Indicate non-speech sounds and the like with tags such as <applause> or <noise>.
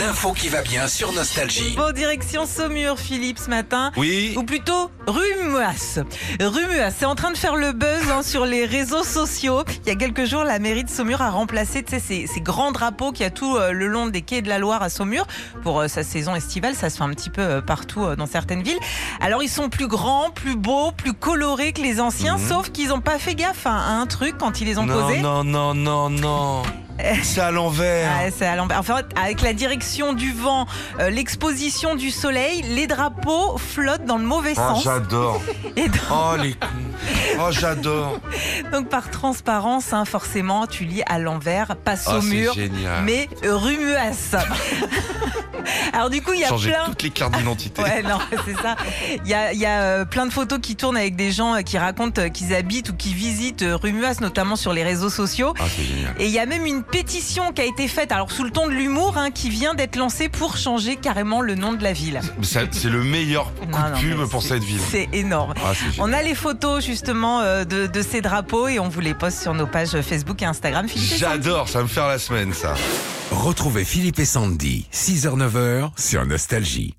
L'info qui va bien sur Nostalgie. Bon, direction Saumur, Philippe, ce matin. Oui. Ou plutôt Rumuas. Rumuas, c'est en train de faire le buzz hein, sur les réseaux sociaux. Il y a quelques jours, la mairie de Saumur a remplacé tu sais, ces, ces grands drapeaux qu'il y a tout euh, le long des quais de la Loire à Saumur pour euh, sa saison estivale. Ça se fait un petit peu euh, partout euh, dans certaines villes. Alors, ils sont plus grands, plus beaux, plus colorés que les anciens, Mhm. sauf qu'ils n'ont pas fait gaffe hein, à un truc quand ils les ont Non, posés. non, non, non, Oh non. C'est à l'envers. Ouais, c'est à l'envers. Enfin, avec la direction du vent, euh, l'exposition du soleil, les drapeaux flottent dans le mauvais Oh, sens. j'adore. Et donc, Oh, les cons. Oh, j'adore. donc, par transparence, hein, forcément, tu lis à l'envers, pas Oh, au c'est mur, génial. mais rumuas. <laughs> Alors du coup, il y a Changer plein. toutes les cartes d'identité. Ouais, non, c'est ça. Il y a, il y a, euh, plein de photos qui tournent avec des gens euh, qui racontent euh, qu'ils habitent ou qui visitent euh, Rumuas, notamment sur les réseaux sociaux. Ah, c'est génial. Et il y a même une pétition qui a été faite, alors sous le ton de l'humour, hein, qui vient d'être lancée pour changer carrément le nom de la ville. Ça, C'est le meilleur coup Non, non, de pub mais pour c'est- cette ville. C'est énorme. Ah, c'est génial. On a les photos justement euh, de, de ces drapeaux et on vous les poste sur nos pages Facebook et Instagram. Philippe, c'est ça J'adore, ça va me faire la semaine, ça. Retrouvez Philippe et Sandy, 6h-9h sur Nostalgie.